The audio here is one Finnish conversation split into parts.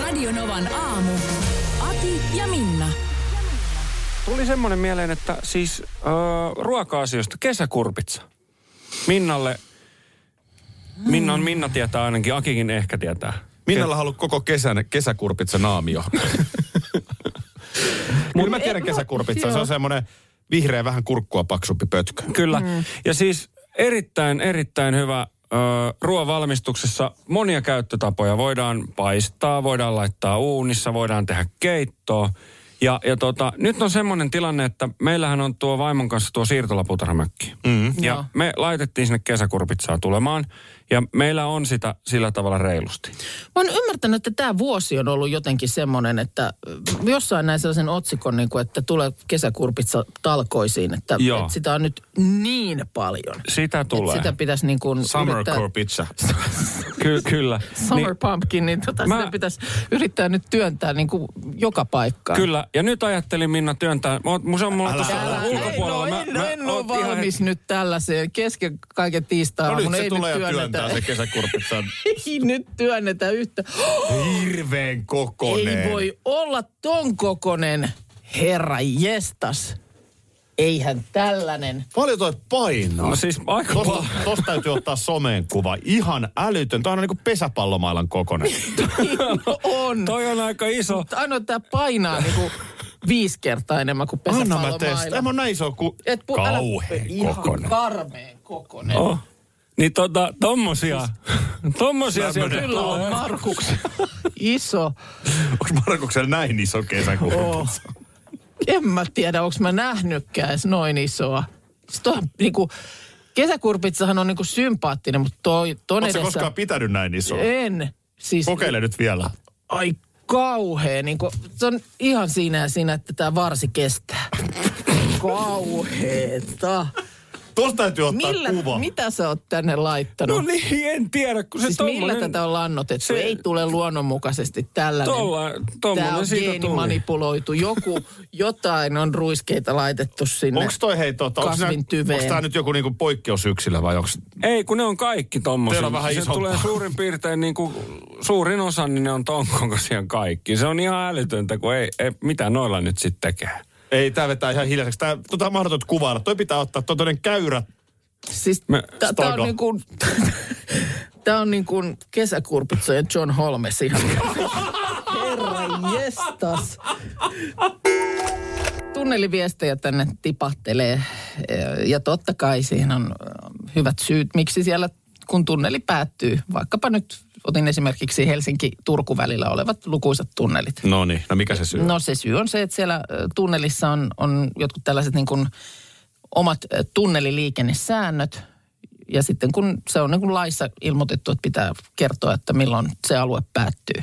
Radionovan aamu. Ati ja Minna. Tuli semmoinen mieleen, että siis öö, ruoka-asioista kesäkurpitsa. Minnalle, Minnan Minna tietää ainakin, Akikin ehkä tietää. Minnalla on ollut koko kesän kesäkurpitsa naamio. Kyllä mä tiedän kesäkurpitsa. Se on semmoinen vihreä, vähän kurkkua paksumpi pötkö. Kyllä. Mm. Ja siis erittäin, erittäin hyvä ö, ruoan valmistuksessa monia käyttötapoja. Voidaan paistaa, voidaan laittaa uunissa, voidaan tehdä keittoa. Ja, ja tota, nyt on semmoinen tilanne, että meillähän on tuo vaimon kanssa tuo siirtolaputarhamökki. Mm. Ja Joo. me laitettiin sinne kesäkurpitsaa tulemaan. Ja meillä on sitä sillä tavalla reilusti. Mä oon ymmärtänyt, että tämä vuosi on ollut jotenkin semmoinen, että äh, jossain näin sellaisen otsikon, niin kuin, että tulee kesäkurpitsa talkoisiin, että, Joo. että sitä on nyt niin paljon. Sitä tulee. Että sitä pitäisi niin kuin Summer yrittää, kurpitsa. Ky- kyllä. Summer pumpkin, niin tota Mä- sitä pitäisi yrittää nyt työntää niin kuin joka paikkaan. Kyllä, ja nyt ajattelin Minna työntää. Mä oon- mun- Se on mulla Älä, tässä älä. ulkopuolella. en, en, Mä- mä no en oot ole ihan valmis hetki- nyt tällaiseen kesken kaiken tiistaa. No nyt mun se ei tulee ja työnnetä- työntää se kesäkurpitsa. Ei nyt työnnetä yhtä. Hirveen kokonen. Ei voi olla ton kokonen herra jestas. Eihän tällainen. Paljon toi painaa. No siis aika Tosta, paha. tosta täytyy ottaa someen kuva. Ihan älytön. Tämä on niinku pesäpallomailan kokonen. on. Toi on aika iso. Mutta Ainoa tää painaa niinku viisi kertaa enemmän kuin Anna mä testaan. pesäpallomailla. Tämä on näin iso kuin kauheen ihan kokonen. karmeen kokonen. Oh. Niin tota, tommosia. Tommosia sieltä Kyllä on tulee. No. Markuks iso. Onko Markuksella näin iso kesäkurpitsa? Oh. En mä tiedä, onko mä nähnytkään edes noin isoa. Siis toi, on niinku, kesäkurpitsahan on niinku sympaattinen, mutta toi, ton Oletko edessä... koskaan pitänyt näin isoa? En. Siis, Kokeile nyt vielä. Ai kauhea. Niin kuin, se on ihan siinä ja siinä, että tämä varsi kestää. Kauheeta. Tuosta täytyy ottaa Millä, kuva. mitä sä oot tänne laittanut? No niin, en tiedä, kun se siis millä tommonen... tätä on lannotettu? se- Se, ei tule luonnonmukaisesti tällainen. Tolla, Tämä on tommonen siitä tuli. geenimanipuloitu. Joku, jotain on ruiskeita laitettu sinne. Onko toi hei tota, kasvin tyveen. onko tämä nyt joku niinku poikkeusyksilö vai onko Ei, kun ne on kaikki tommosia. Teillä on vähän se isompaa. tulee suurin piirtein niin kuin, suurin osa, niin ne on ton kokoisia kaikki. Se on ihan älytöntä, kun ei, ei mitä noilla nyt sitten tekee. Ei, tämä vetää ihan hiljaiseksi. Tää, tota on mahdotonta kuvailla. Toi pitää ottaa, toi on toinen käyrä. Siis Me- tämä Stogo. on niin kuin... Tämä on niin kuin kesäkurpitsojen John Holmes ihan. Herra jestas. Tunneliviestejä tänne tipahtelee. Ja totta kai siihen on äh, hyvät syyt, miksi siellä kun tunneli päättyy. Vaikkapa nyt otin esimerkiksi Helsinki-Turku välillä olevat lukuisat tunnelit. No niin, no mikä se syy? No se syy on se, että siellä ö, tunnelissa on, on jotkut tällaiset niin kuin omat ö, tunneliliikennesäännöt. Ja sitten kun se on niin kuin laissa ilmoitettu, että pitää kertoa, että milloin se alue päättyy.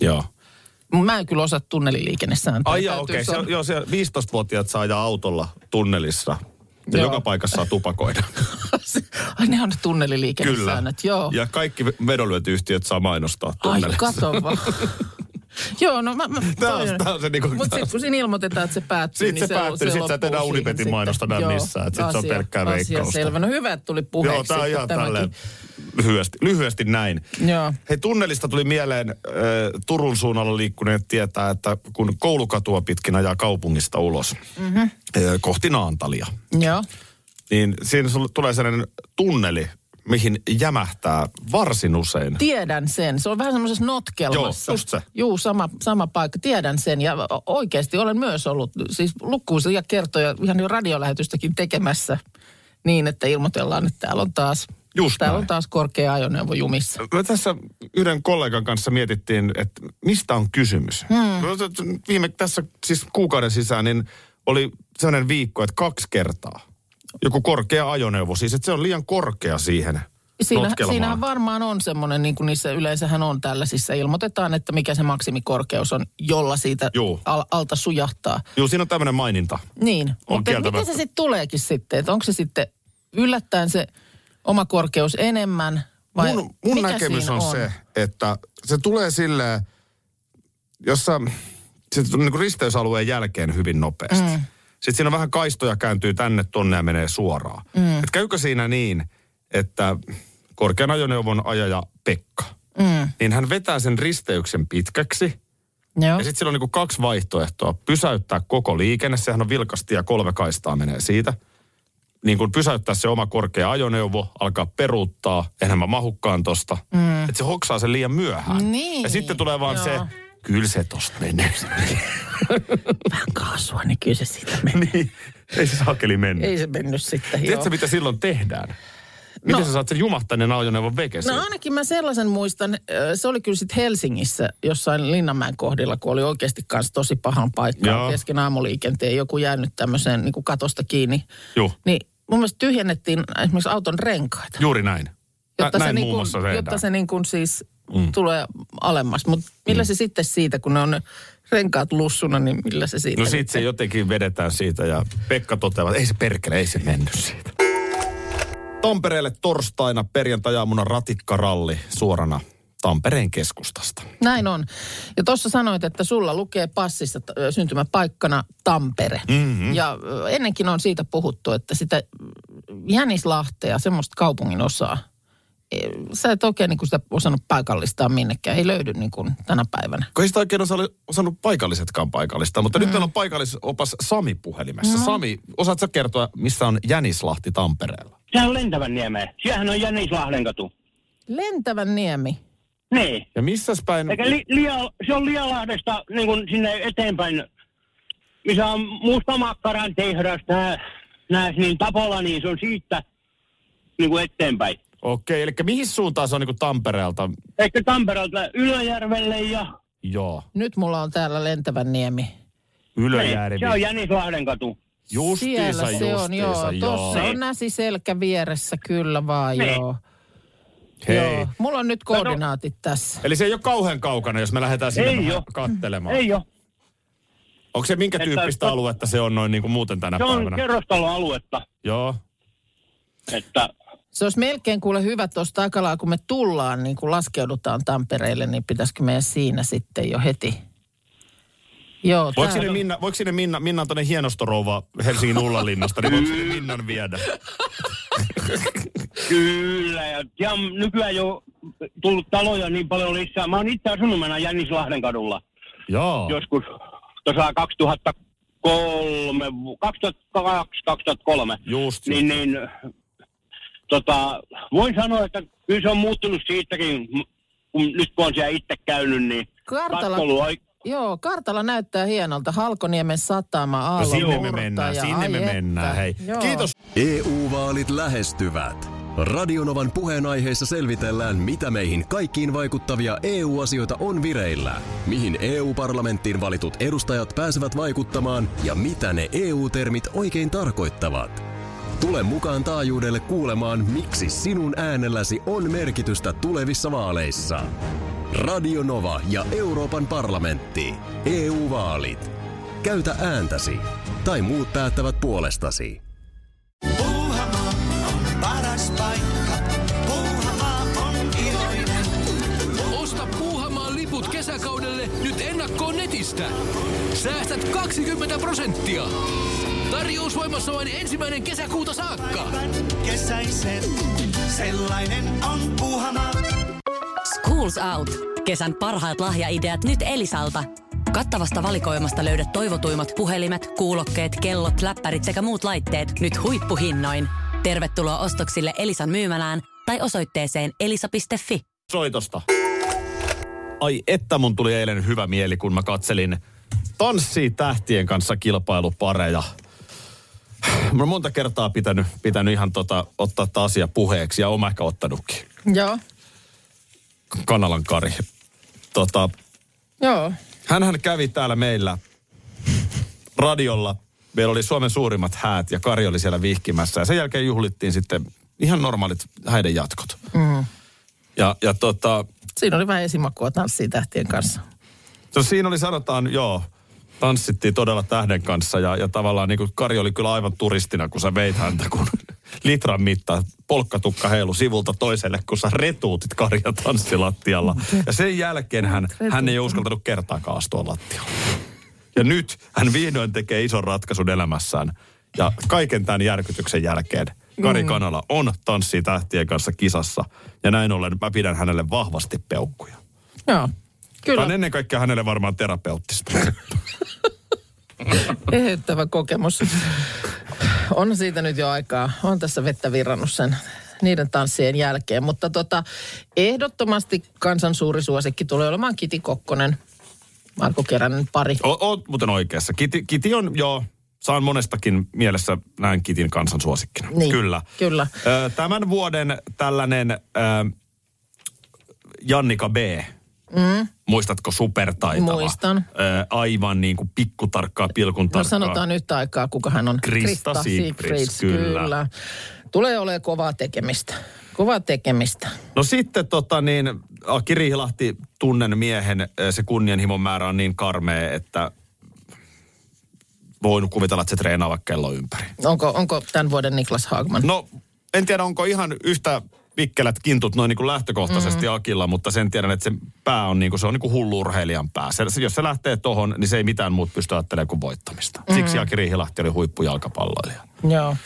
Joo. Mä en kyllä osaa tunneliliikennesääntöjä. Ai joo, Täytyy okei. Okay. sanoa. Se, joo, se 15-vuotiaat saa ajaa autolla tunnelissa. Ja Joo. joka paikassa saa tupakoida. Ai ne on ne Kyllä. tunneliliikennesäännöt, joo. Ja kaikki vedonlyöntiyhtiöt saa mainostaa Ai tunnelissa. kato vaan. joo, no mä... mä Tää on- tää on se niinku- Mutta sitten kun siinä ilmoitetaan, että se päättyy, Sit niin se se päättyy, se sit sä et loppuu enää siihen Unipetin sitten. mainosta näe Joo, missään, et sit se on asia- pelkkää asia veikkausta. selvä. No hyvä, että tuli puheeksi. Joo, tää on että ihan tämäkin. tälleen lyhyesti, lyhyesti näin. Joo. Hei, tunnelista tuli mieleen, äh, Turun suunnalla liikkuneet tietää, että kun koulukatua pitkin ajaa kaupungista ulos Mhm. mm-hmm. äh, kohti Naantalia, Joo. niin siinä sulle tulee sellainen tunneli, mihin jämähtää varsin usein. Tiedän sen. Se on vähän semmoisessa notkelmassa. Joo, just se. Juu, sama, sama paikka. Tiedän sen ja o- oikeasti olen myös ollut siis lukuisia kertoja ihan jo radiolähetystäkin tekemässä niin, että ilmoitellaan, että täällä on taas, Just täällä näin. on taas korkea ajoneuvo jumissa. Me tässä yhden kollegan kanssa mietittiin, että mistä on kysymys. Hmm. Viime tässä siis kuukauden sisään niin oli sellainen viikko, että kaksi kertaa. Joku korkea ajoneuvo siis, että se on liian korkea siihen Siinä, notkelemaan. siinähän varmaan on semmoinen, niin kuin niissä yleensähän on tällaisissa, ilmoitetaan, että mikä se maksimikorkeus on, jolla siitä Juu. al, alta sujahtaa. Joo, siinä on tämmöinen maininta. Niin, On mutta miten kieltämättä. se sitten tuleekin sitten, että onko se sitten yllättäen se oma korkeus enemmän vai mun mun mikä näkemys siinä on, se, että se tulee silleen, jos sä, se tulee niin risteysalueen jälkeen hyvin nopeasti. Mm. Sitten siinä on vähän kaistoja kääntyy tänne, tonne ja menee suoraan. Mm. Et käykö siinä niin, että korkean ajoneuvon ajaja Pekka, mm. niin hän vetää sen risteyksen pitkäksi – Joo. ja sitten sillä on niinku kaksi vaihtoehtoa. Pysäyttää koko liikenne, sehän on vilkasti ja kolme kaistaa menee siitä. Niin kun pysäyttää se oma korkea ajoneuvo, alkaa peruuttaa, enhän mä mahukkaan tosta. Mm. Että se hoksaa sen liian myöhään. Niin, Ja sitten tulee vaan joo. se, kyllä se tosta menee. Vähän kaasua, niin kyllä se siitä meni. niin, ei se saakeli mennä. Ei se mennyt sitten, joo. Tiedätkö mitä silloin tehdään? Miten No. sä saat sen jumahtaneen ajoneuvon vekesiin? No ainakin mä sellaisen muistan, ö, se oli kyllä sitten Helsingissä jossain Linnanmäen kohdilla, kun oli oikeasti kanssa tosi pahan paikkaan Joo. kesken aamuliikenteen, joku jäänyt tämmöiseen niin kuin katosta kiinni. Joo, Niin mun mielestä tyhjennettiin esimerkiksi auton renkaita, juuri näin. jotta Näin se, muun niin muassa kuin, tehdään. jotta se niin kuin siis mm. tulee alemmas. Mutta millä mm. se sitten siitä, kun ne on ne renkaat lussuna, niin millä se siitä? No sit se jotenkin vedetään siitä ja Pekka toteaa, että ei se perkele, ei se mennyt siitä. Tampereelle torstaina perjantajaamuna ratikkaralli suorana Tampereen keskustasta. Näin on. Ja tuossa sanoit, että sulla lukee passissa t- ö, syntymäpaikkana Tampere. Mm-hmm. Ja ö, ennenkin on siitä puhuttu, että sitä mm, Jänislahtea, semmoista kaupungin osaa, e, sä et oikein niin sitä osannut paikallistaa minnekään. Ei löydy niin kuin tänä päivänä. Kun ei sitä oikein osa- osannut paikallisetkaan paikallista, mutta mm. nyt meillä on paikallisopas Sami puhelimessa. Mm. Sami, osaatko sä kertoa, missä on Jänislahti Tampereella? Sehän on lentävän niemeen. Siellähän on Jänislahden katu. Lentävän niemi. Niin. Ja missäs päin? Eikä li, lia, se on Lialahdesta niin kuin sinne eteenpäin, missä on musta makkaran tehdas, nää, niin tapolla, niin se on siitä niin kuin eteenpäin. Okei, eli mihin suuntaan se on niin Tampereelta? Ehkä Tampereelta Ylöjärvelle ja Joo, Nyt mulla on täällä lentävän niemi. Ylöjärvi. se on Jänislahden katu. Justiinsa, Siellä se on, joo. justiinsa, Tuossa on näsi selkä vieressä, kyllä vaan, Niin. joo. Hei. joo. Mulla on nyt koordinaatit tässä. Eli se ei ole kauhean kaukana, jos me lähdetään sinne Ei vähän oo. kattelemaan. Ei ole. Onko se minkä Että- tyyppistä aluetta se on noin niin kuin muuten tänä Se on päivänä? kerrostaloaluetta. Joo. Että Se olisi melkein kuule hyvä tuosta aikalaa, kun me tullaan, niin kun laskeudutaan Tampereelle, niin pitäisikö meidän siinä sitten jo heti? Joo, Voiko tää- sinne, Minna, voiko sinne Minna, Minna on tuonne hienostorouva Helsingin Ullanlinnasta, niin voiko sinne Minnan viedä? kyllä. Ja, ja nykyään jo tullut taloja niin paljon lisää. Mä oon itse asunut mennä Jänislahden kadulla. Joo. joskus tuossa 2003, 2002-2003. Just. Niin, niin tota, voin sanoa, että kyllä se on muuttunut siitäkin, kun nyt kun on siellä itse käynyt, niin Kartala, katselu on oik- joo, kartalla näyttää hienolta. Halkoniemen satama, No Aallon sinne me murtaja. mennään, sinne Ai me että. mennään. Hei. Joo. Kiitos EU-vaalit E lähestyvät. Radionovan puheenaiheessa selvitellään, mitä meihin kaikkiin vaikuttavia EU-asioita on vireillä, mihin EU-parlamenttiin valitut edustajat pääsevät vaikuttamaan ja mitä ne EU-termit oikein tarkoittavat. Tule mukaan taajuudelle kuulemaan, miksi sinun äänelläsi on merkitystä tulevissa vaaleissa. Radio Nova ja Euroopan parlamentti. EU-vaalit. Käytä ääntäsi. Tai muut päättävät puolestasi. Puuhamaa on paras paikka. Puuhamaa on iloinen. Osta Puuhamaan liput kesäkaudelle nyt ennakkoon netistä. Säästät 20 prosenttia. Tarjous voimassa vain ensimmäinen kesäkuuta saakka. Kesäisen. Sellainen on Puuhamaa. Schools Out. Kesän parhaat lahjaideat nyt Elisalta. Kattavasta valikoimasta löydät toivotuimmat puhelimet, kuulokkeet, kellot, läppärit sekä muut laitteet nyt huippuhinnoin. Tervetuloa ostoksille Elisan myymälään tai osoitteeseen elisa.fi. soitosta. Ai että mun tuli eilen hyvä mieli, kun mä katselin Tanssii tähtien kanssa kilpailupareja. Mä oon monta kertaa pitänyt, pitänyt ihan tota, ottaa tää asia puheeksi ja oon mä ehkä ottanutkin. Joo, Kanalan Kari. Tota, joo. hänhän kävi täällä meillä radiolla. Meillä oli Suomen suurimmat häät ja Kari oli siellä vihkimässä. Ja sen jälkeen juhlittiin sitten ihan normaalit häiden jatkot. Mm. Ja, ja tota, Siinä oli vähän esimakua tanssii tähtien kanssa. No siinä oli sanotaan, joo, tanssittiin todella tähden kanssa ja, ja tavallaan niin kuin Kari oli kyllä aivan turistina, kun sä veit häntä, kun litran mitta polkkatukka heilu sivulta toiselle, kun sä retuutit Karia tanssilattialla. Ja sen jälkeen hän, hän ei ole uskaltanut kertaakaan astua lattialla. Ja nyt hän vihdoin tekee ison ratkaisun elämässään. Ja kaiken tämän järkytyksen jälkeen Kari Kanala on Tanssii tähtien kanssa kisassa. Ja näin ollen mä pidän hänelle vahvasti peukkuja. Joo, Tämä on kyllä ennen kaikkea hänelle varmaan terapeuttista. eheyttävä kokemus. On siitä nyt jo aikaa. On tässä vettä virrannut sen niiden tanssien jälkeen. Mutta tota, ehdottomasti kansan suuri suosikki tulee olemaan Kiti Kokkonen, Marko Keränen pari. O, oot muuten oikeassa. Kiti, Kiti on, joo, saan monestakin mielessä näin Kitin kansan suosikkina. Niin, Kyllä. kyllä. Ö, tämän vuoden tällainen ö, Jannika B. Mm. Muistatko supertaitava? Muistan. Ö, aivan niin kuin pikkutarkkaa, pilkun No tarkkaa. sanotaan yhtä aikaa, kuka hän on. Krista Siegfrieds, kyllä. Tulee olemaan kovaa tekemistä. Kovaa tekemistä. No sitten tota niin, Aki Riihilahti, tunnen miehen, se kunnianhimon määrä on niin karmea, että voin kuvitella, että se treenaa vaikka kello ympäri. Onko, onko tämän vuoden Niklas Haagman? No, en tiedä, onko ihan yhtä vikkelät kintut noin niin kuin lähtökohtaisesti Mhm. mm. Akilla, mutta sen tiedän, että se pää on niin kuin, se on niin kuin hullu urheilijan pää. Se, se, jos se lähtee tohon, niin se ei mitään muut pysty ajattelemaan kuin voittamista. Mhm. Mm. Siksi Aki Riihilahti oli huippujalkapalloilija. Joo.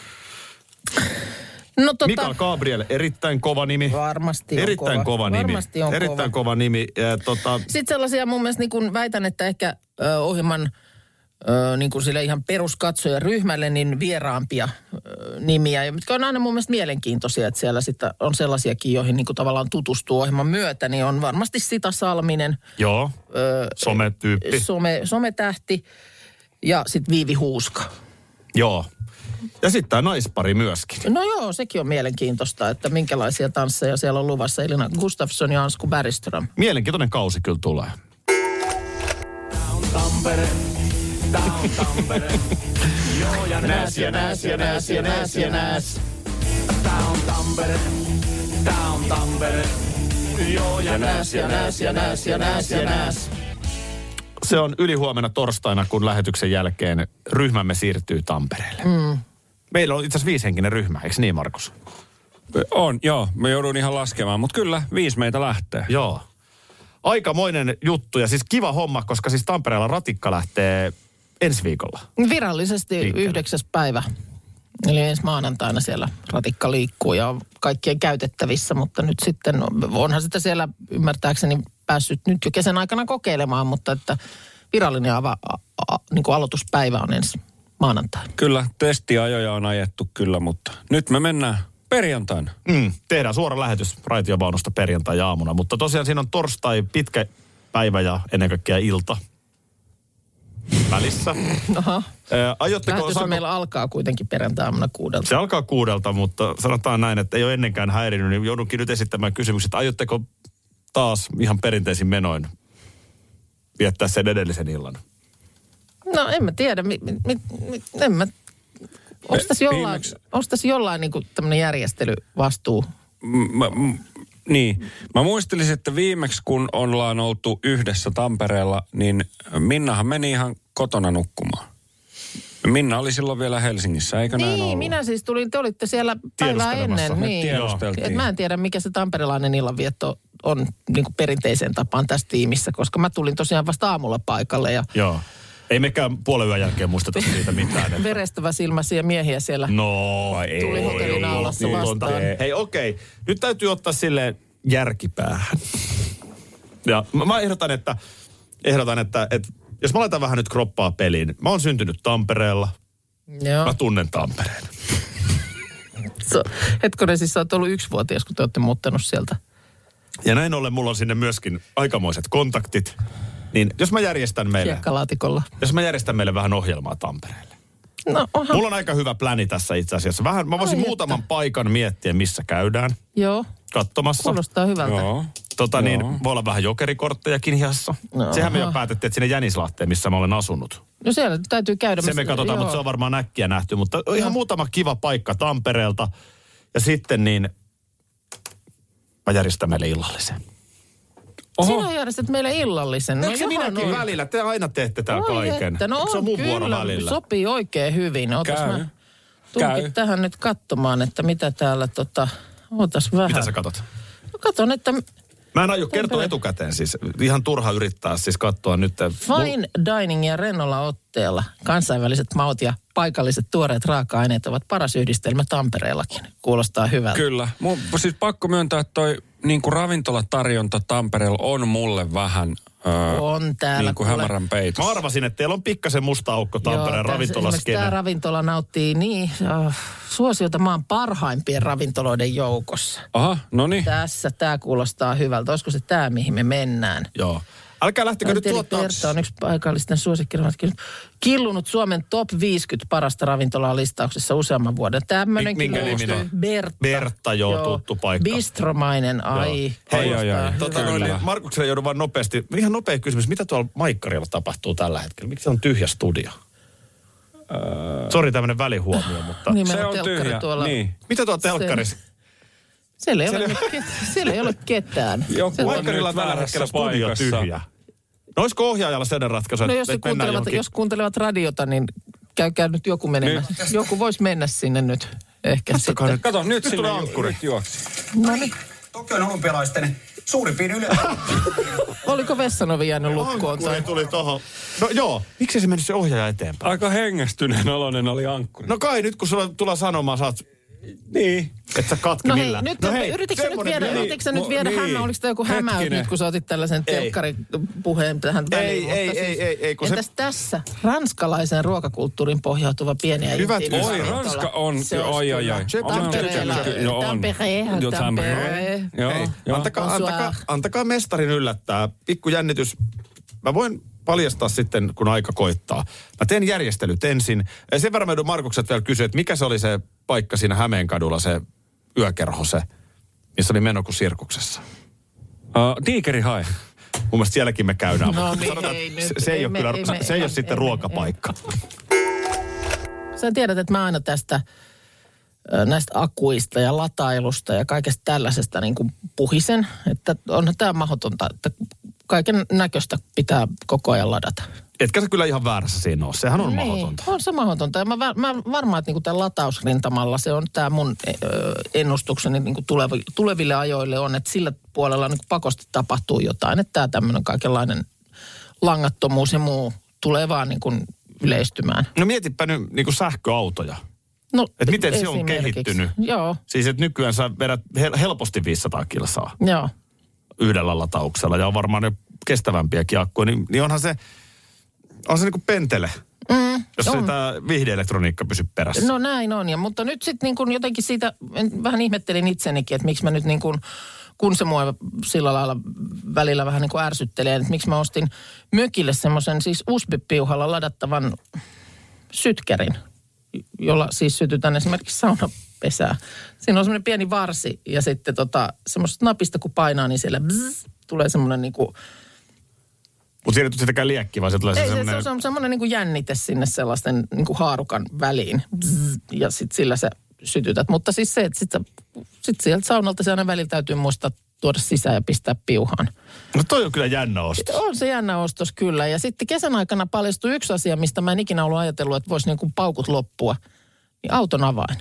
No tota, Mikael Gabriel, erittäin kova nimi. Varmasti on Erittäin kova. kova nimi. Varmasti on erittäin kova, nimi. Ja, tota, sitten sellaisia mun mielestä niin kuin väitän, että ehkä ö, ohjelman ö, niin kuin sille ihan peruskatsojaryhmälle niin vieraampia ö, nimiä, ja mitkä on aina mun mielestä mielenkiintoisia, että siellä sitten on sellaisiakin, joihin niin kuin tavallaan tutustuu ohjelman myötä, niin on varmasti Sita Salminen, joo, ö, sometyyppi. some, sometähti ja sitten Viivi Huuska. Joo. Ja sitten tämä naispari myöskin. No joo, sekin on mielenkiintoista, että minkälaisia tansseja siellä on luvassa. Elina Gustafsson ja Ansku Bäriström. Mielenkiintoinen kausi kyllä tulee. Nääs ja nääs ja nääs ja nääs ja nääs. Se on ylihuomenna torstaina, kun lähetyksen jälkeen ryhmämme siirtyy Tampereelle. Mm. Meillä on itse asiassa viishenkinen ryhmä, eikö niin Markus? On, joo. Mä joudun ihan laskemaan, mutta kyllä viisi meitä lähtee. Joo. Aikamoinen juttu ja siis kiva homma, koska siis Tampereella ratikka lähtee ensi viikolla. Virallisesti Liikkeelle. yhdeksäs päivä. Eli ensi maanantaina siellä ratikka liikkuu ja on kaikkien käytettävissä, mutta nyt sitten on- onhan sitä siellä ymmärtääkseni päässyt nyt jo kesän aikana kokeilemaan, mutta että virallinen ava, a, a, niin kuin aloituspäivä on ensi maanantaina. Kyllä, testiajoja on ajettu kyllä, mutta nyt me mennään perjantaina. Mm. Tehdään suora lähetys raitiovaunusta perjantai-aamuna, mutta tosiaan siinä on torstai pitkä päivä ja ennen kaikkea ilta välissä. Aha. Ö, Aiotteko, Lähetys saanko- on meillä alkaa kuitenkin perjantaina kuudelta. Se alkaa kuudelta, mutta sanotaan näin, että ei ole ennenkään häirinyt, niin joudunkin nyt esittämään kysymykset. Aiotteko taas ihan perinteisin menoin viettää sen edellisen illan? No en mä tiedä, mi, mi, mi- mi, en mä... Onko tässä jollain, viimeksi- onks tässä jollain niin tämmöinen järjestelyvastuu? M- mä- m- niin. Mä muistelisin, että viimeksi kun ollaan oltu yhdessä Tampereella, niin Minnahan meni ihan kotona nukkumaan. Minna oli silloin vielä Helsingissä, eikö näin ollut? Niin, minä siis tulin, te olitte siellä päivää Tiedustelemassa. ennen. Me Niin. tiedusteltiin. Et mä en tiedä, mikä se tamperelainen illanvietto on niin kuin perinteiseen tapaan tässä tiimissä, koska mä tulin tosiaan vasta aamulla paikalle ja Joo. Ei mekään puolen yön jälkeen muisteta siitä mitään. että- verestävä silmäsiä miehiä siellä. No, ei. Tuli hotellin aulassa Niin, vastaan. tuota- Hei, okei. Okay. Nyt täytyy ottaa silleen järkipäähän. Ja mä, mä ehdotan, että, ehdotan että, että jos mä laitan vähän nyt kroppaa peliin. Mä oon syntynyt Tampereella. Mä Joo. tunnen Tampereen. So, Hetkonen, siis sä oot ollut yksivuotias, kun te ootte muuttanut sieltä. Ja näin ollen mulla on sinne myöskin aikamoiset kontaktit. Niin jos mä järjestän meille, Hiekkalaatikolla. jos mä järjestän meille vähän ohjelmaa Tampereelle. No onhan, Mulla on aika hyvä pläni tässä itse asiassa. Vähän, mä voisin Ai muutaman paikan miettiä, missä käydään joo, katsomassa. kuulostaa hyvältä. Joo. Tota niin, Joo. voi olla vähän jokerikorttejakin hiassa. No. Sehän me jo päätettiin, että sinne Jänislahteen, missä mä olen asunut. No siellä täytyy käydä. Se me katsotaan, joo. mutta se on varmaan äkkiä nähty. Mutta ihan muutama kiva paikka Tampereelta. Ja sitten niin, Mä järjestän meille illallisen. Oho. Sinä järjestät meille illallisen. No, Eikö se johan minäkin on. välillä? Te aina teette tää Voi kaiken. Että, no Eikö se on mun kyllä, vuoro välillä. sopii oikein hyvin. Otas Käy. mä tunkin Käy. tähän nyt katsomaan, että mitä täällä tota... Ootas vähän. Mitä sä katot? No katon, että Mä en aio kertoa Tempele. etukäteen siis. Ihan turha yrittää siis katsoa nyt. fine dining ja rennolla otteella kansainväliset maut ja paikalliset tuoreet raaka-aineet ovat paras yhdistelmä Tampereellakin. Kuulostaa hyvältä. Kyllä. Mun, siis pakko myöntää, että toi niin kuin ravintolatarjonta Tampereella on mulle vähän öö, On täällä. niin kuin kuule. hämärän Mä peitossa. arvasin, että teillä on pikkasen musta aukko Joo, Tampereen tässä esimerkiksi Tämä ravintolaskene. ravintola nauttii niin äh, suosiota maan parhaimpien ravintoloiden joukossa. Aha, no niin. Tässä tämä kuulostaa hyvältä. Olisiko se tämä, mihin me mennään? Joo. Älkää lähtekö nyt Teli tuottaa. Pertta on yksi paikallisten suosikkiravintolat. Killunut Suomen top 50 parasta ravintolaa listauksessa useamman vuoden. Tämmöinen Minkä niminen? Bertta. Bertta, joo, tuttu paikka. Bistromainen, ai. Hei, kuulostaa ai, ai. hyvältä. Tota, no, Kyllä. niin, Markukselle joudun vaan nopeasti. Ihan nopea kysymys. Mitä tuolla Maikkarilla tapahtuu tällä hetkellä? Miksi se on tyhjä studio? Sori tämmönen välihuomio, mutta... Niin, Se meillä on telkkari tyhjä. Tuolla. Öö. Niin. Mitä tuolla telkkarissa? Siellä, ei ole ket, siellä ei ole ketään. Joku on Maikkarilla nyt on tällä väärässä hetkellä studio paikassa. tyhjä. No olisiko ohjaajalla sellainen ratkaisu, No että jos, te mennään kuuntelevat, johonkin- jos kuuntelevat radiota, niin käykää nyt joku menemään. Joku voisi mennä sinne nyt ehkä Niin. Katsokaa sitten. nyt. Kato, nyt, Nyt sinne tulee ju- ankkuri. nyt juoksi. No niin. Tokion olympialaisten suurimpiin yle... Oliko Vessanovi jäänyt lukkoon? Ankkuri Tai? tuli tohon. No joo. Miksi se mennyt se ohjaaja eteenpäin? Aika hengästyneen oloinen oli ankkuri. No kai nyt kun sulla tulee sanomaan, saat, niin. et sä katki No hei, millään. nyt, no no hei, yritätkö sä nyt semmonen viedä, meni. yritätkö sä nyt Mo- viedä niin. Hanna, oliko tämä joku hämäys Hetkinen. nyt, kun sä otit tällaisen Ei. telkkaripuheen tähän Ei, väliin? mutta ei, ei, ei, ei, kun se- Entäs tässä ranskalaisen ruokakulttuurin pohjautuva pieni ja Hyvät intiimi ystävät. Oi, ravintola. Ranska on. Se olisi Ai, ai, kyllä. ai. Tampereella. Joo, on. Tampere, Joo, Tampere. Joo, Hei, joo. antakaa, Bonsoir. antakaa, antakaa mestarin yllättää. Pikku jännitys. Mä voin paljastaa sitten, kun aika koittaa. Mä teen järjestelyt ensin. Ja sen verran mä joudun Markukset vielä kysyä, että mikä se oli se paikka siinä Hämeenkadulla, se yökerho se, missä oli meno kuin sirkuksessa. Ö, tiikeri hae. Mun mielestä sielläkin me käydään. No mutta niin, sanotaan, ei että nyt, se, se ei, ei ole, me- kyllä, ei se, me- se ei ole ei- sitten ei me- ruokapaikka. Sä tiedät, että mä aina tästä ö, näistä akuista ja latailusta ja kaikesta tällaisesta niin kuin puhisen. Että onhan tämä mahdotonta, että kaiken näköistä pitää koko ajan ladata. Etkä sä kyllä ihan väärässä siinä ole. Sehän on Niin, mahdotonta. On se mahdotonta. Ja mä, va- mä varmaan, että niinku tämän latausrintamalla se on tämä mun ö, ennustukseni niinku tulevi, tuleville ajoille on, että sillä puolella niinku pakosti tapahtuu jotain. Että tämä tämmöinen kaikenlainen langattomuus ja muu tulee vaan niinku yleistymään. No mietipä nyt niin kuin sähköautoja. No, Et miten se on esimerkiksi. kehittynyt? Joo, Siis että nykyään sä vedät hel- helposti 500 kilsaa. joo. yhdellä latauksella ja on varmaan ne kestävämpiäkin akkuja, niin, niin onhan se, on se niinku pentele, mm, jos ei tämä viihdeelektroniikka pysy perässä. No näin on, ja, mutta nyt sitten niin kun jotenkin siitä, en- vähän ihmettelin itsenikin, että miksi mä nyt niin kun, kun se mua sillä lailla välillä vähän niin kuin ärsyttelee, että miksi mä ostin mökille semmoisen siis USB-piuhalla ladattavan sytkärin, jolla siis sytytään esimerkiksi saunapesää. Siinä on semmoinen pieni varsi ja sitten tota, semmoista napista kun painaa, niin siellä bzz, tulee semmoinen niin kuin, Mutta siinä ei tule sitäkään liekki, vaan se tulee ei, se se, se semmoinen... on se on semmoinen niin kuin jännite sinne sellaisten niin kuin haarukan väliin. Bzz, ja sitten sillä sä sytytät. Mutta siis se, että sit, sä, sit sieltä saunalta se aina välillä täytyy muistaa tuoda sisään ja pistää piuhaan. No toi on kyllä jännä ostos. On se jännä ostos kyllä. Ja sitten kesän aikana paljastui yksi asia, mistä mä en ikinä ollut ajatellut, että voisi niin kuin paukut loppua. Niin auton avain.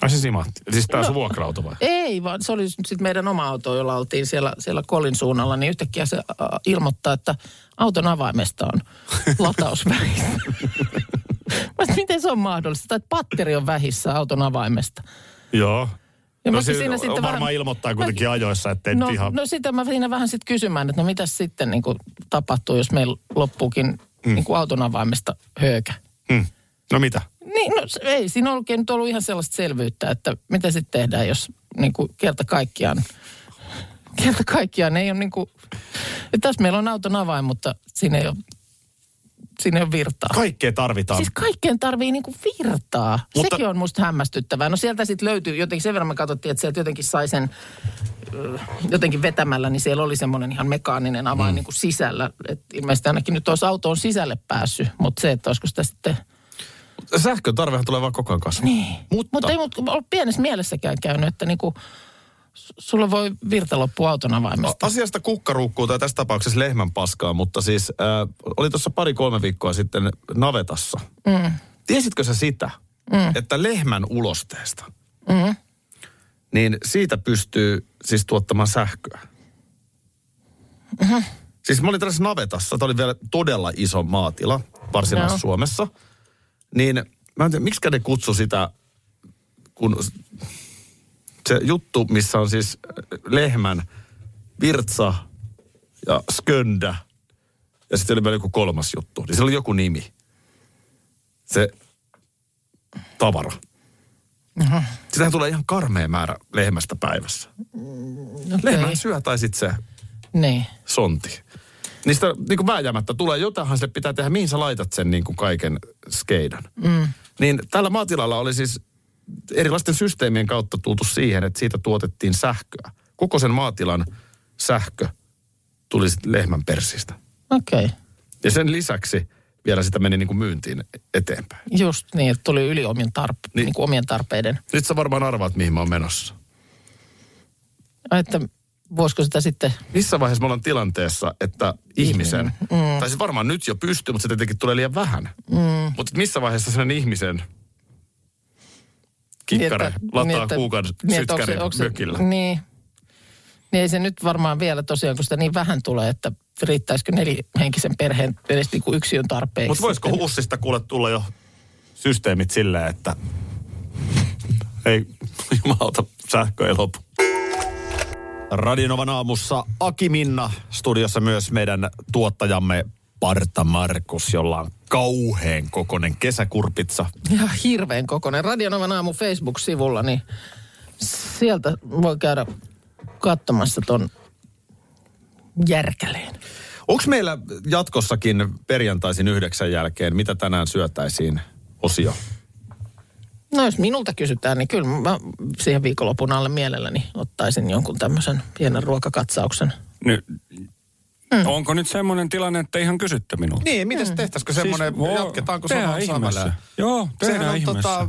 Ai se simahti. Siis tää on No. sun vuokra-auto vai? Ei, vaan se oli sitten meidän oma auto, jolla oltiin siellä, siellä kolin suunnalla, niin yhtäkkiä se ä, ilmoittaa, että auton avaimesta on lataus vähissä. Mä sanoin, miten se on mahdollista? Tai että patteri on vähissä auton avaimesta. Joo. Ja no mäkin se siinä on- sitten varmaan vähän- ilmoittaa kuitenkin ajoissa, ettei No, nyt ihan... no sitä mä siinä vähän sitten kysymään, että no mitä sitten niin kuin tapahtuu, jos meillä loppuukin mm. niin kuin auton avaimesta höökä. Hmm. no mitä? Niin, no se- ei siinä oikein nyt ollut ihan sellaista selvyyttä, että mitä sitten tehdään, jos niin kuin kerta kaikkiaan, kerta kaikkiaan ei ole niin kuin, ja tässä meillä on auton avain, mutta siinä ei ole, siinä ei ole virtaa. Kaikkea tarvitaan. Siis kaikkeen tarvii niinku virtaa. Mutta- Mutta... Sekin on musta hämmästyttävää. No sieltä sitten löytyy, jotenkin sen verran me katsottiin, että sieltä jotenkin sai sen ö, jotenkin vetämällä, niin siellä oli semmoinen ihan mekaaninen avain mm. niin kuin sisällä. Et ilmeisesti ainakin nyt olisi autoon sisälle päässyt, mutta se, että olisiko sitä sitten Siis- Sähkön tarvehan tulee vaan koko ajan kasvamaan. Niin. Mutta, Mutta ei mut, ollut pienessä mielessäkään käynyt, että niinku, s- sulla voi virta loppu auton No, avaimesta. asiasta kukkaruukkuu tai tässä tapauksessa lehmän paskaa, mutta siis äh, oli tuossa pari-kolme viikkoa sitten navetassa. Mm. Tiesitkö sä sitä, mm. että lehmän ulosteesta, mm. niin siitä pystyy siis tuottamaan sähköä. Mm-hmm. Siis mä olin tässä navetassa, tämä oli vielä todella iso maatila Varsinais-Suomessa. Niin mä en tiedä, miksi ne kutsu sitä, kun se juttu, missä on siis äh, lehmän virtsa ja sköndä. Ja sitten oli vielä joku kolmas juttu. Niin sillä oli joku nimi. Se tavara. Sitähän tulee ihan karmea määrä lehmästä päivässä. Lehmän Okei. syö tai sitten se Niin. sonti. Niistä niin kuin vääjäämättä tulee, jotainhan se pitää tehdä, mihin sä laitat sen niin kuin kaiken skeidan. Mm. Niin tällä maatilalla oli siis erilaisten systeemien kautta tultu siihen, että siitä tuotettiin sähköä. Koko sen maatilan sähkö tuli sit lehmän persistä. Okei. Okay. Ja sen lisäksi vielä sitä meni niin kuin myyntiin eteenpäin. Just niin, että tuli yli omien, tarp- Niin. niin. Niin kuin omien tarpeiden. Nyt sä varmaan arvaat, mihin mä oon menossa. Ai, Että voisiko sitä sitten... Missä vaiheessa me ollaan tilanteessa, että ihmisen, mm. tai siis varmaan nyt jo pystyy, mutta se tietenkin tulee liian vähän. Mm. Mutta missä vaiheessa sen ihmisen kikkare niin, lataa niin, kuukauden niin, että onko sytkäri se- onko se- mökillä? Niin. Niin. Niin ei se nyt varmaan vielä tosiaan, kun sitä niin vähän tulee, että riittäisikö nelihenkisen perheen edes niin kuin yksiön tarpeeksi. Mutta voisiko sitten. hussista kuule tulla jo systeemit silleen, että ei jumalauta, sähkö ei lopu. Radinovan aamussa Aki Minna, studiossa myös meidän tuottajamme Parta Markus, jolla on kauheen kokoinen kesäkurpitsa. Ihan hirveän kokoinen. Radionovan aamu Facebook-sivulla, niin sieltä voi käydä katsomassa ton järkäleen. Onko meillä jatkossakin perjantaisin yhdeksän jälkeen, mitä tänään syötäisiin osio? No jos minulta kysytään, niin kyllä mä siihen viikonlopun alle mielelläni ottaisin jonkun tämmöisen pienen ruokakatsauksen. Nyt, Hmm. mm. Onko nyt semmoinen tilanne, että ihan kysyttä minulta? Niin, miten tehtäisikö semmoinen, voi- siis, jatketaanko tehdään samaa ihmeessä. sävelää? Joo, tehdään Sehän on ihmeessä. tota,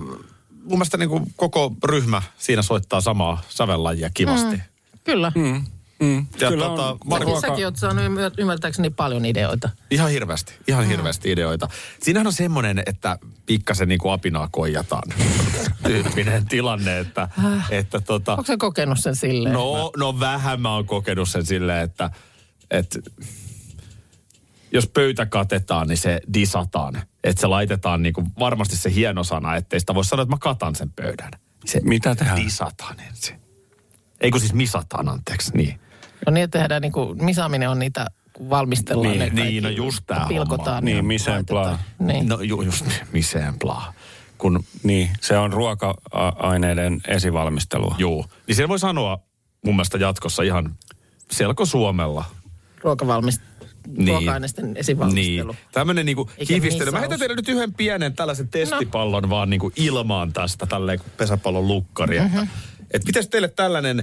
mun mielestä niin kuin koko ryhmä siinä soittaa samaa sävellajia kivasti. Mm. Kyllä. Mm. Mm. Ja Kyllä tota, on Markus- Säkin, säkin oot saanut ymmär- ymmärtääkseni paljon ideoita. Ihan hirveästi, ihan hirveästi ideoita. Siinähän on semmoinen, että pikkasen niin kuin apinaa koijataan tyyppinen tilanne, että, että tota, Onko sä kokenut sen silleen? No, no vähän mä oon kokenut sen silleen, että, että jos pöytä katetaan, niin se disataan. Että se laitetaan niin kuin varmasti se hieno sana, ettei sitä voi sanoa, että mä katan sen pöydän. Se Niin. Mitä tehdään? disataan ensin. Ei kun siis misataan, anteeksi, niin. No niin, että tehdään niin kuin, misaaminen on niitä, kun valmistellaan Niin, ne niin, kaikki, no just tää homma. Pilkotaan. Niin, ja miseen laitetaan. plaa. Niin. No. No ju, just miseen plaa. Kun, Niin, se on ruoka-aineiden esivalmistelua. juu. Niin sen voi sanoa mun mielestä jatkossa ihan selkosuomella. Ruokavalmist... Niin. Niin. Ruoka-aineisten esivalmistelu. Niin. Tämmöinen niinku Eikä hivistely. Mä missaus. heitän teille nyt yhden pienen tällaisen testipallon no. vaan niinku ilmaan tästä, tälleen kuin pesäpallon lukkari. Mm-hmm. Että, et mitäs teille tällainen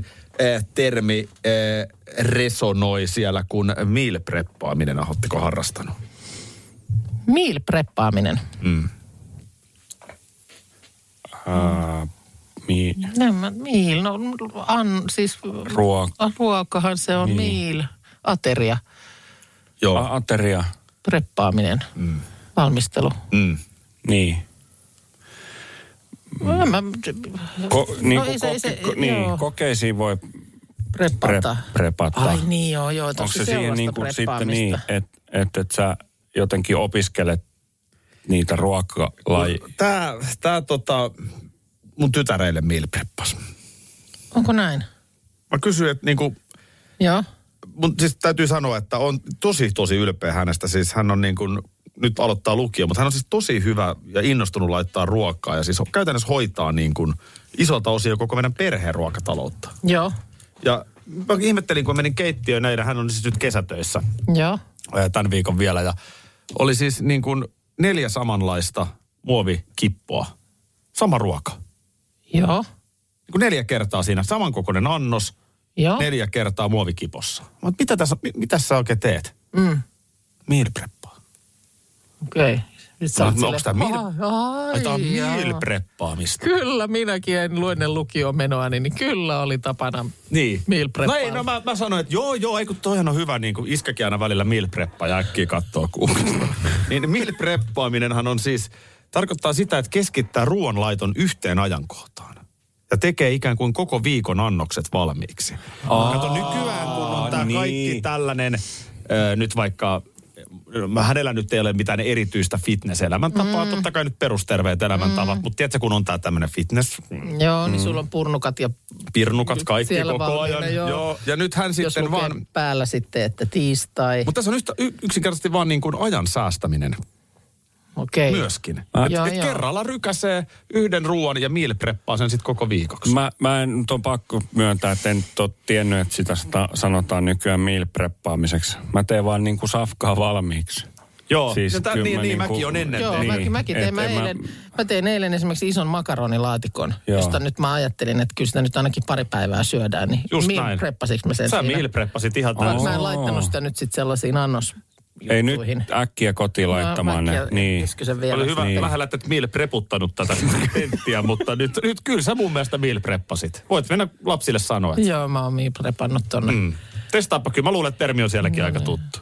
äh, termi äh, resonoi siellä, kun meal preppaaminen on, ootteko harrastanut? Meal preppaaminen. Ää, mi- No, mä- meal, no an, siis Ruoka. ruokahan se on niin. meal, ateria, Joo. a- ateria. preppaaminen, mm. valmistelu. Mm. Niin. No, mä, Ko- niin, No no ei se- ei se- ko- niin joo. kokeisiin voi preppata. Prep- prepata. Ai niin joo, joo, Onko se sellaista siihen niin kuin sitten preppaamista? niin, että et, et sä jotenkin opiskelet niitä ruokalaji... Tää, tää tota, mun tytär eilen meal preppas. Onko näin? Mä kysyin, että niinku, Joo. mun siis täytyy sanoa, että on tosi, tosi ylpeä hänestä. Siis hän on niin kuin, nyt aloittaa lukio, mutta hän on siis tosi hyvä ja innostunut laittaa ruokaa. Ja siis on, käytännössä hoitaa niin kuin isolta osia koko meidän perheen ruokataloutta. Joo. Ja mä ihmettelin, kun mä menin keittiöön näin, ja hän on siis nyt kesätöissä Joo. ää, tämän viikon vielä. Ja oli siis niin kuin neljä samanlaista muovikippoa. Sama ruoka. Joo. Niin kuin neljä kertaa siinä samankokoinen annos, Joo. neljä kertaa muovikipossa. Mutta mitä tässä, mi, mitä sä oikein teet? Mm. Meal preppaa. Okei. Okay. Sä oot No, onks tää silleen, meal- "Ai, Ai, tää on jaa." meal preppaamista. Kyllä minäkin en lue ne lukiomenoani, niin kyllä oli tapana Niin. meal No preppailla. ei, no mä, mä sanoin, että joo, joo, ei kun toihan on hyvä, niin kuin iskäkin aina välillä meal preppa ja äkkiä kattoo kuulosta. niin meal preppaaminenhan on siis, tarkoittaa sitä, että keskittää ruoanlaiton yhteen ajankohtaan. Ja tekee ikään kuin koko viikon annokset valmiiksi. Aa, Kato nykyään, kun on tämä niin. niin. kaikki tällainen, ö, nyt vaikka ö, hänellä nyt ei ole mitään erityistä fitness-elämäntapaa, mm. totta kai nyt perusterveet elämäntavat, mm. mutta tiedätkö, kun on tämä tämmöinen fitness, mm, Joo, niin sulla on purnukat ja pirnukat kaikki Siellä koko valmiina, ajan. joo. Ja nyt hän jos sitten lukee vaan... vaan... päällä sitten, että tiistai. Mutta tässä on yhtä, y- yksinkertaisesti vaan niin kuin ajan säästäminen Okei. myöskin. Ah. Et, Joo, et joo. kerralla rykäsee yhden ruoan ja meal preppaa sen sitten koko viikoksi. Mä, mä en, nyt on pakko myöntää, että en nyt ole tiennyt, että sitä sta, sanotaan nykyään meal preppaamiseksi. Mä teen vaan niin kuin safkaa valmiiksi. Joo, Siis ja tää, kyllä niin, mä niin, niinku- mäkin on ennen Joo, tehnyt. niin, mäkin, mäkin et tein. Mä, en mä- eilen, mä... tein eilen esimerkiksi ison makaronilaatikon, Joo. Joo. josta nyt mä ajattelin, että kyllä sitä nyt ainakin pari päivää syödään. Niin Just meal näin. preppasiksi mä sen Sä siinä. meal preppasit ihan Mä, täysin. mä Oho. en laittanut sitä nyt sitten sellaisiin annos. Ei nyt äkkiä kotiin laittamaan ne. Niin. Vielä. Oli hyvä, Niin. niin. lähellä, että et meal preputtanut tätä tenttiä, mutta nyt, nyt kyllä sä mun mielestä meal preppasit. Voit mennä lapsille sanoa, että Joo, mä oon meal prepannut tonne. Mm. No niin. mm. testaappa kyllä. Mä luulen, että termi on sielläkin aika tuttu.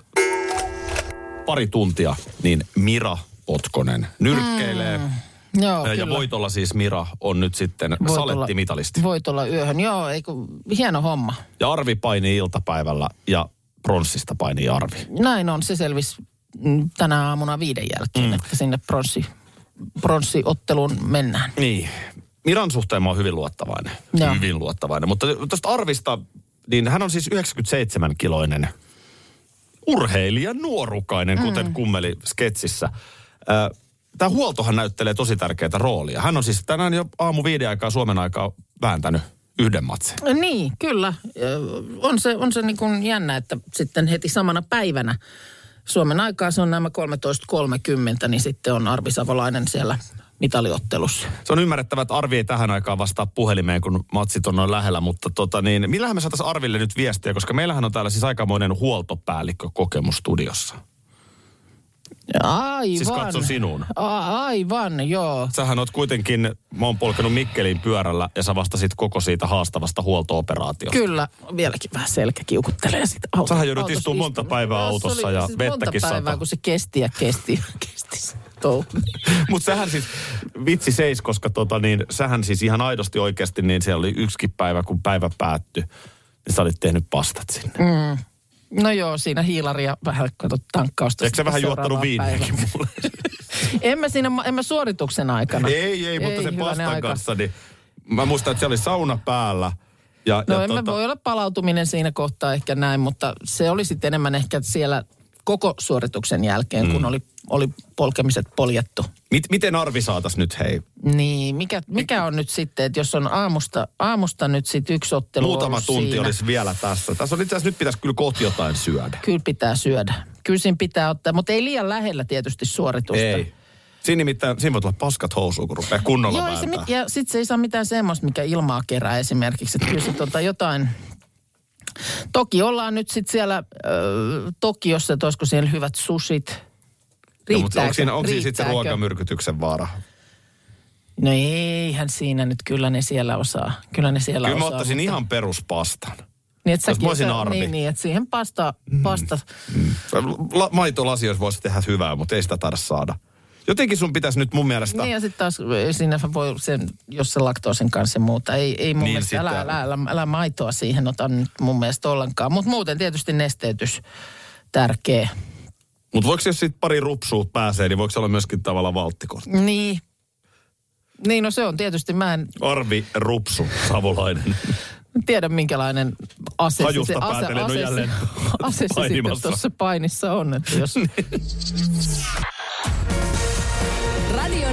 Pari tuntia, niin Mira Potkonen nyrkkeilee mm. Joo, ja kyllä. voitolla siis Mira on nyt sitten Voit olla- salettimitalisti. Voit olla yöhön. Joo, ei kun, hieno homma. Ja Arvi painii iltapäivällä ja pronssista painii Arvi. Näin on, se selvisi mm, tänä aamuna viiden jälkeen, mm. että sinne pronssi, pronssiotteluun mennään. Niin. Miran suhteen mä oon hyvin luottavainen. Joo. Hyvin luottavainen. Mutta tuosta Arvista, niin hän on siis 97-kiloinen urheilija, nuorukainen, kuten Mm. kummeli sketsissä. Tämä huoltohan näyttelee tosi tärkeää roolia. Hän on siis tänään jo aamu viiden aikaa Suomen aikaa vääntänyt yhden matsin. Niin, kyllä. Ö, On se, on se niin kuin jännä, että sitten heti samana päivänä Suomen aikaa, se on nämä 13.30, niin sitten on Arvi Savolainen siellä mitaliottelussa. Se on ymmärrettävä, että Arvi ei tähän aikaan vastaa puhelimeen, kun matsit on noin lähellä, mutta tota niin, millähän me saataisiin Arville nyt viestiä, koska meillähän on täällä siis aikamoinen huoltopäällikkö kokemus studiossa. Aivan. Siis katso sinuun. A- aivan, joo. Sähän oot kuitenkin, mä oon polkenut Mikkelin pyörällä ja sä vastasit koko siitä haastavasta huoltooperaatiosta. Kyllä, vieläkin vähän selkä kiukuttelee sitä autossa. No, Sähän joudut istumaan monta päivää autossa ja vettäkin siis monta päivää, sataa. kun se kesti ja kesti ja kesti se touhu. Mutta sähän siis, vitsi seis, koska tota niin, sähän siis ihan aidosti oikeasti, niin siellä oli yksikin päivä, kun päivä päättyi, niin sä olit tehnyt pastat sinne. Mm. No joo, siinä hiilaria vähän kato tankkausta. Eikö sä sitten vähän juottanut seuraavaan viiniäkin päivään. mulle? En mä siinä, en mä suorituksen aikana. Ei, ei, mutta ei, sen hyvänen pastan aika. kanssa, niin mä muistan, että siellä oli sauna päällä. Ja, No ja tota- en mä voi olla palautuminen siinä kohtaa ehkä näin, mutta se oli sitten enemmän ehkä siellä koko suorituksen jälkeen, mm. kun oli, oli polkemiset poljettu. mit, miten Arvi saatas nyt, hei? Niin, mikä, mikä on nyt sitten, että jos on aamusta, aamusta nyt sitten yksi ottelu Muutama ollut tunti No, siinä, olisi vielä tässä. Tässä on itse asiassa nyt pitäisi kyllä kohti jotain syödä. Kyllä pitää syödä. Kyllä siinä pitää ottaa, mutta ei liian lähellä tietysti suoritusta. Ei. Siinä nimittäin, siinä voi tulla paskat housuun, kun rupeaa kunnolla Joo, ei se vääntää. mit, ja sitten se ei saa mitään semmoista, mikä ilmaa kerää esimerkiksi. Että kyllä se tota jotain... Toki ollaan nyt sitten siellä äh, Tokiossa, että olisiko siellä hyvät sushit. Joo, mutta onko Riittääkö? siinä, onko siinä sitten se Riittääkö? ruokamyrkytyksen vaara? No eihän siinä nyt, kyllä ne siellä osaa. Kyllä ne siellä Kyllä mä osaa. ottaisin mutta- ihan peruspastan. Niin, et jos mä olisin sä- Arvi. Niin, niin, että siihen pasta, pasta mm. La, maitolasi jos voisi tehdä hyvää, mutta ei sitä taida saada. Jotenkin sun pitäisi nyt mun mielestä... Niin ja sitten taas ei siinä voi sen, jos se laktoosin kanssa ja muuta. Ei, ei Niin mun niin mielestä, älä, sitten- älä, älä, älä, maitoa siihen ota nyt mun mielestä ollenkaan. Mutta muuten tietysti nesteytys tärkeä. Mutta voiko jos siitä pari rupsua pääsee, niin voiko se olla myöskin tavallaan valttikortti? Niin. Niin, no se on tietysti, mä en Arvi Rupsu, savolainen. tiedä minkälainen ase se- Hajusta se, ase, päätelen, on ase, jälleen ase se sitten painimassa. tuossa painissa on. Että jos, Radio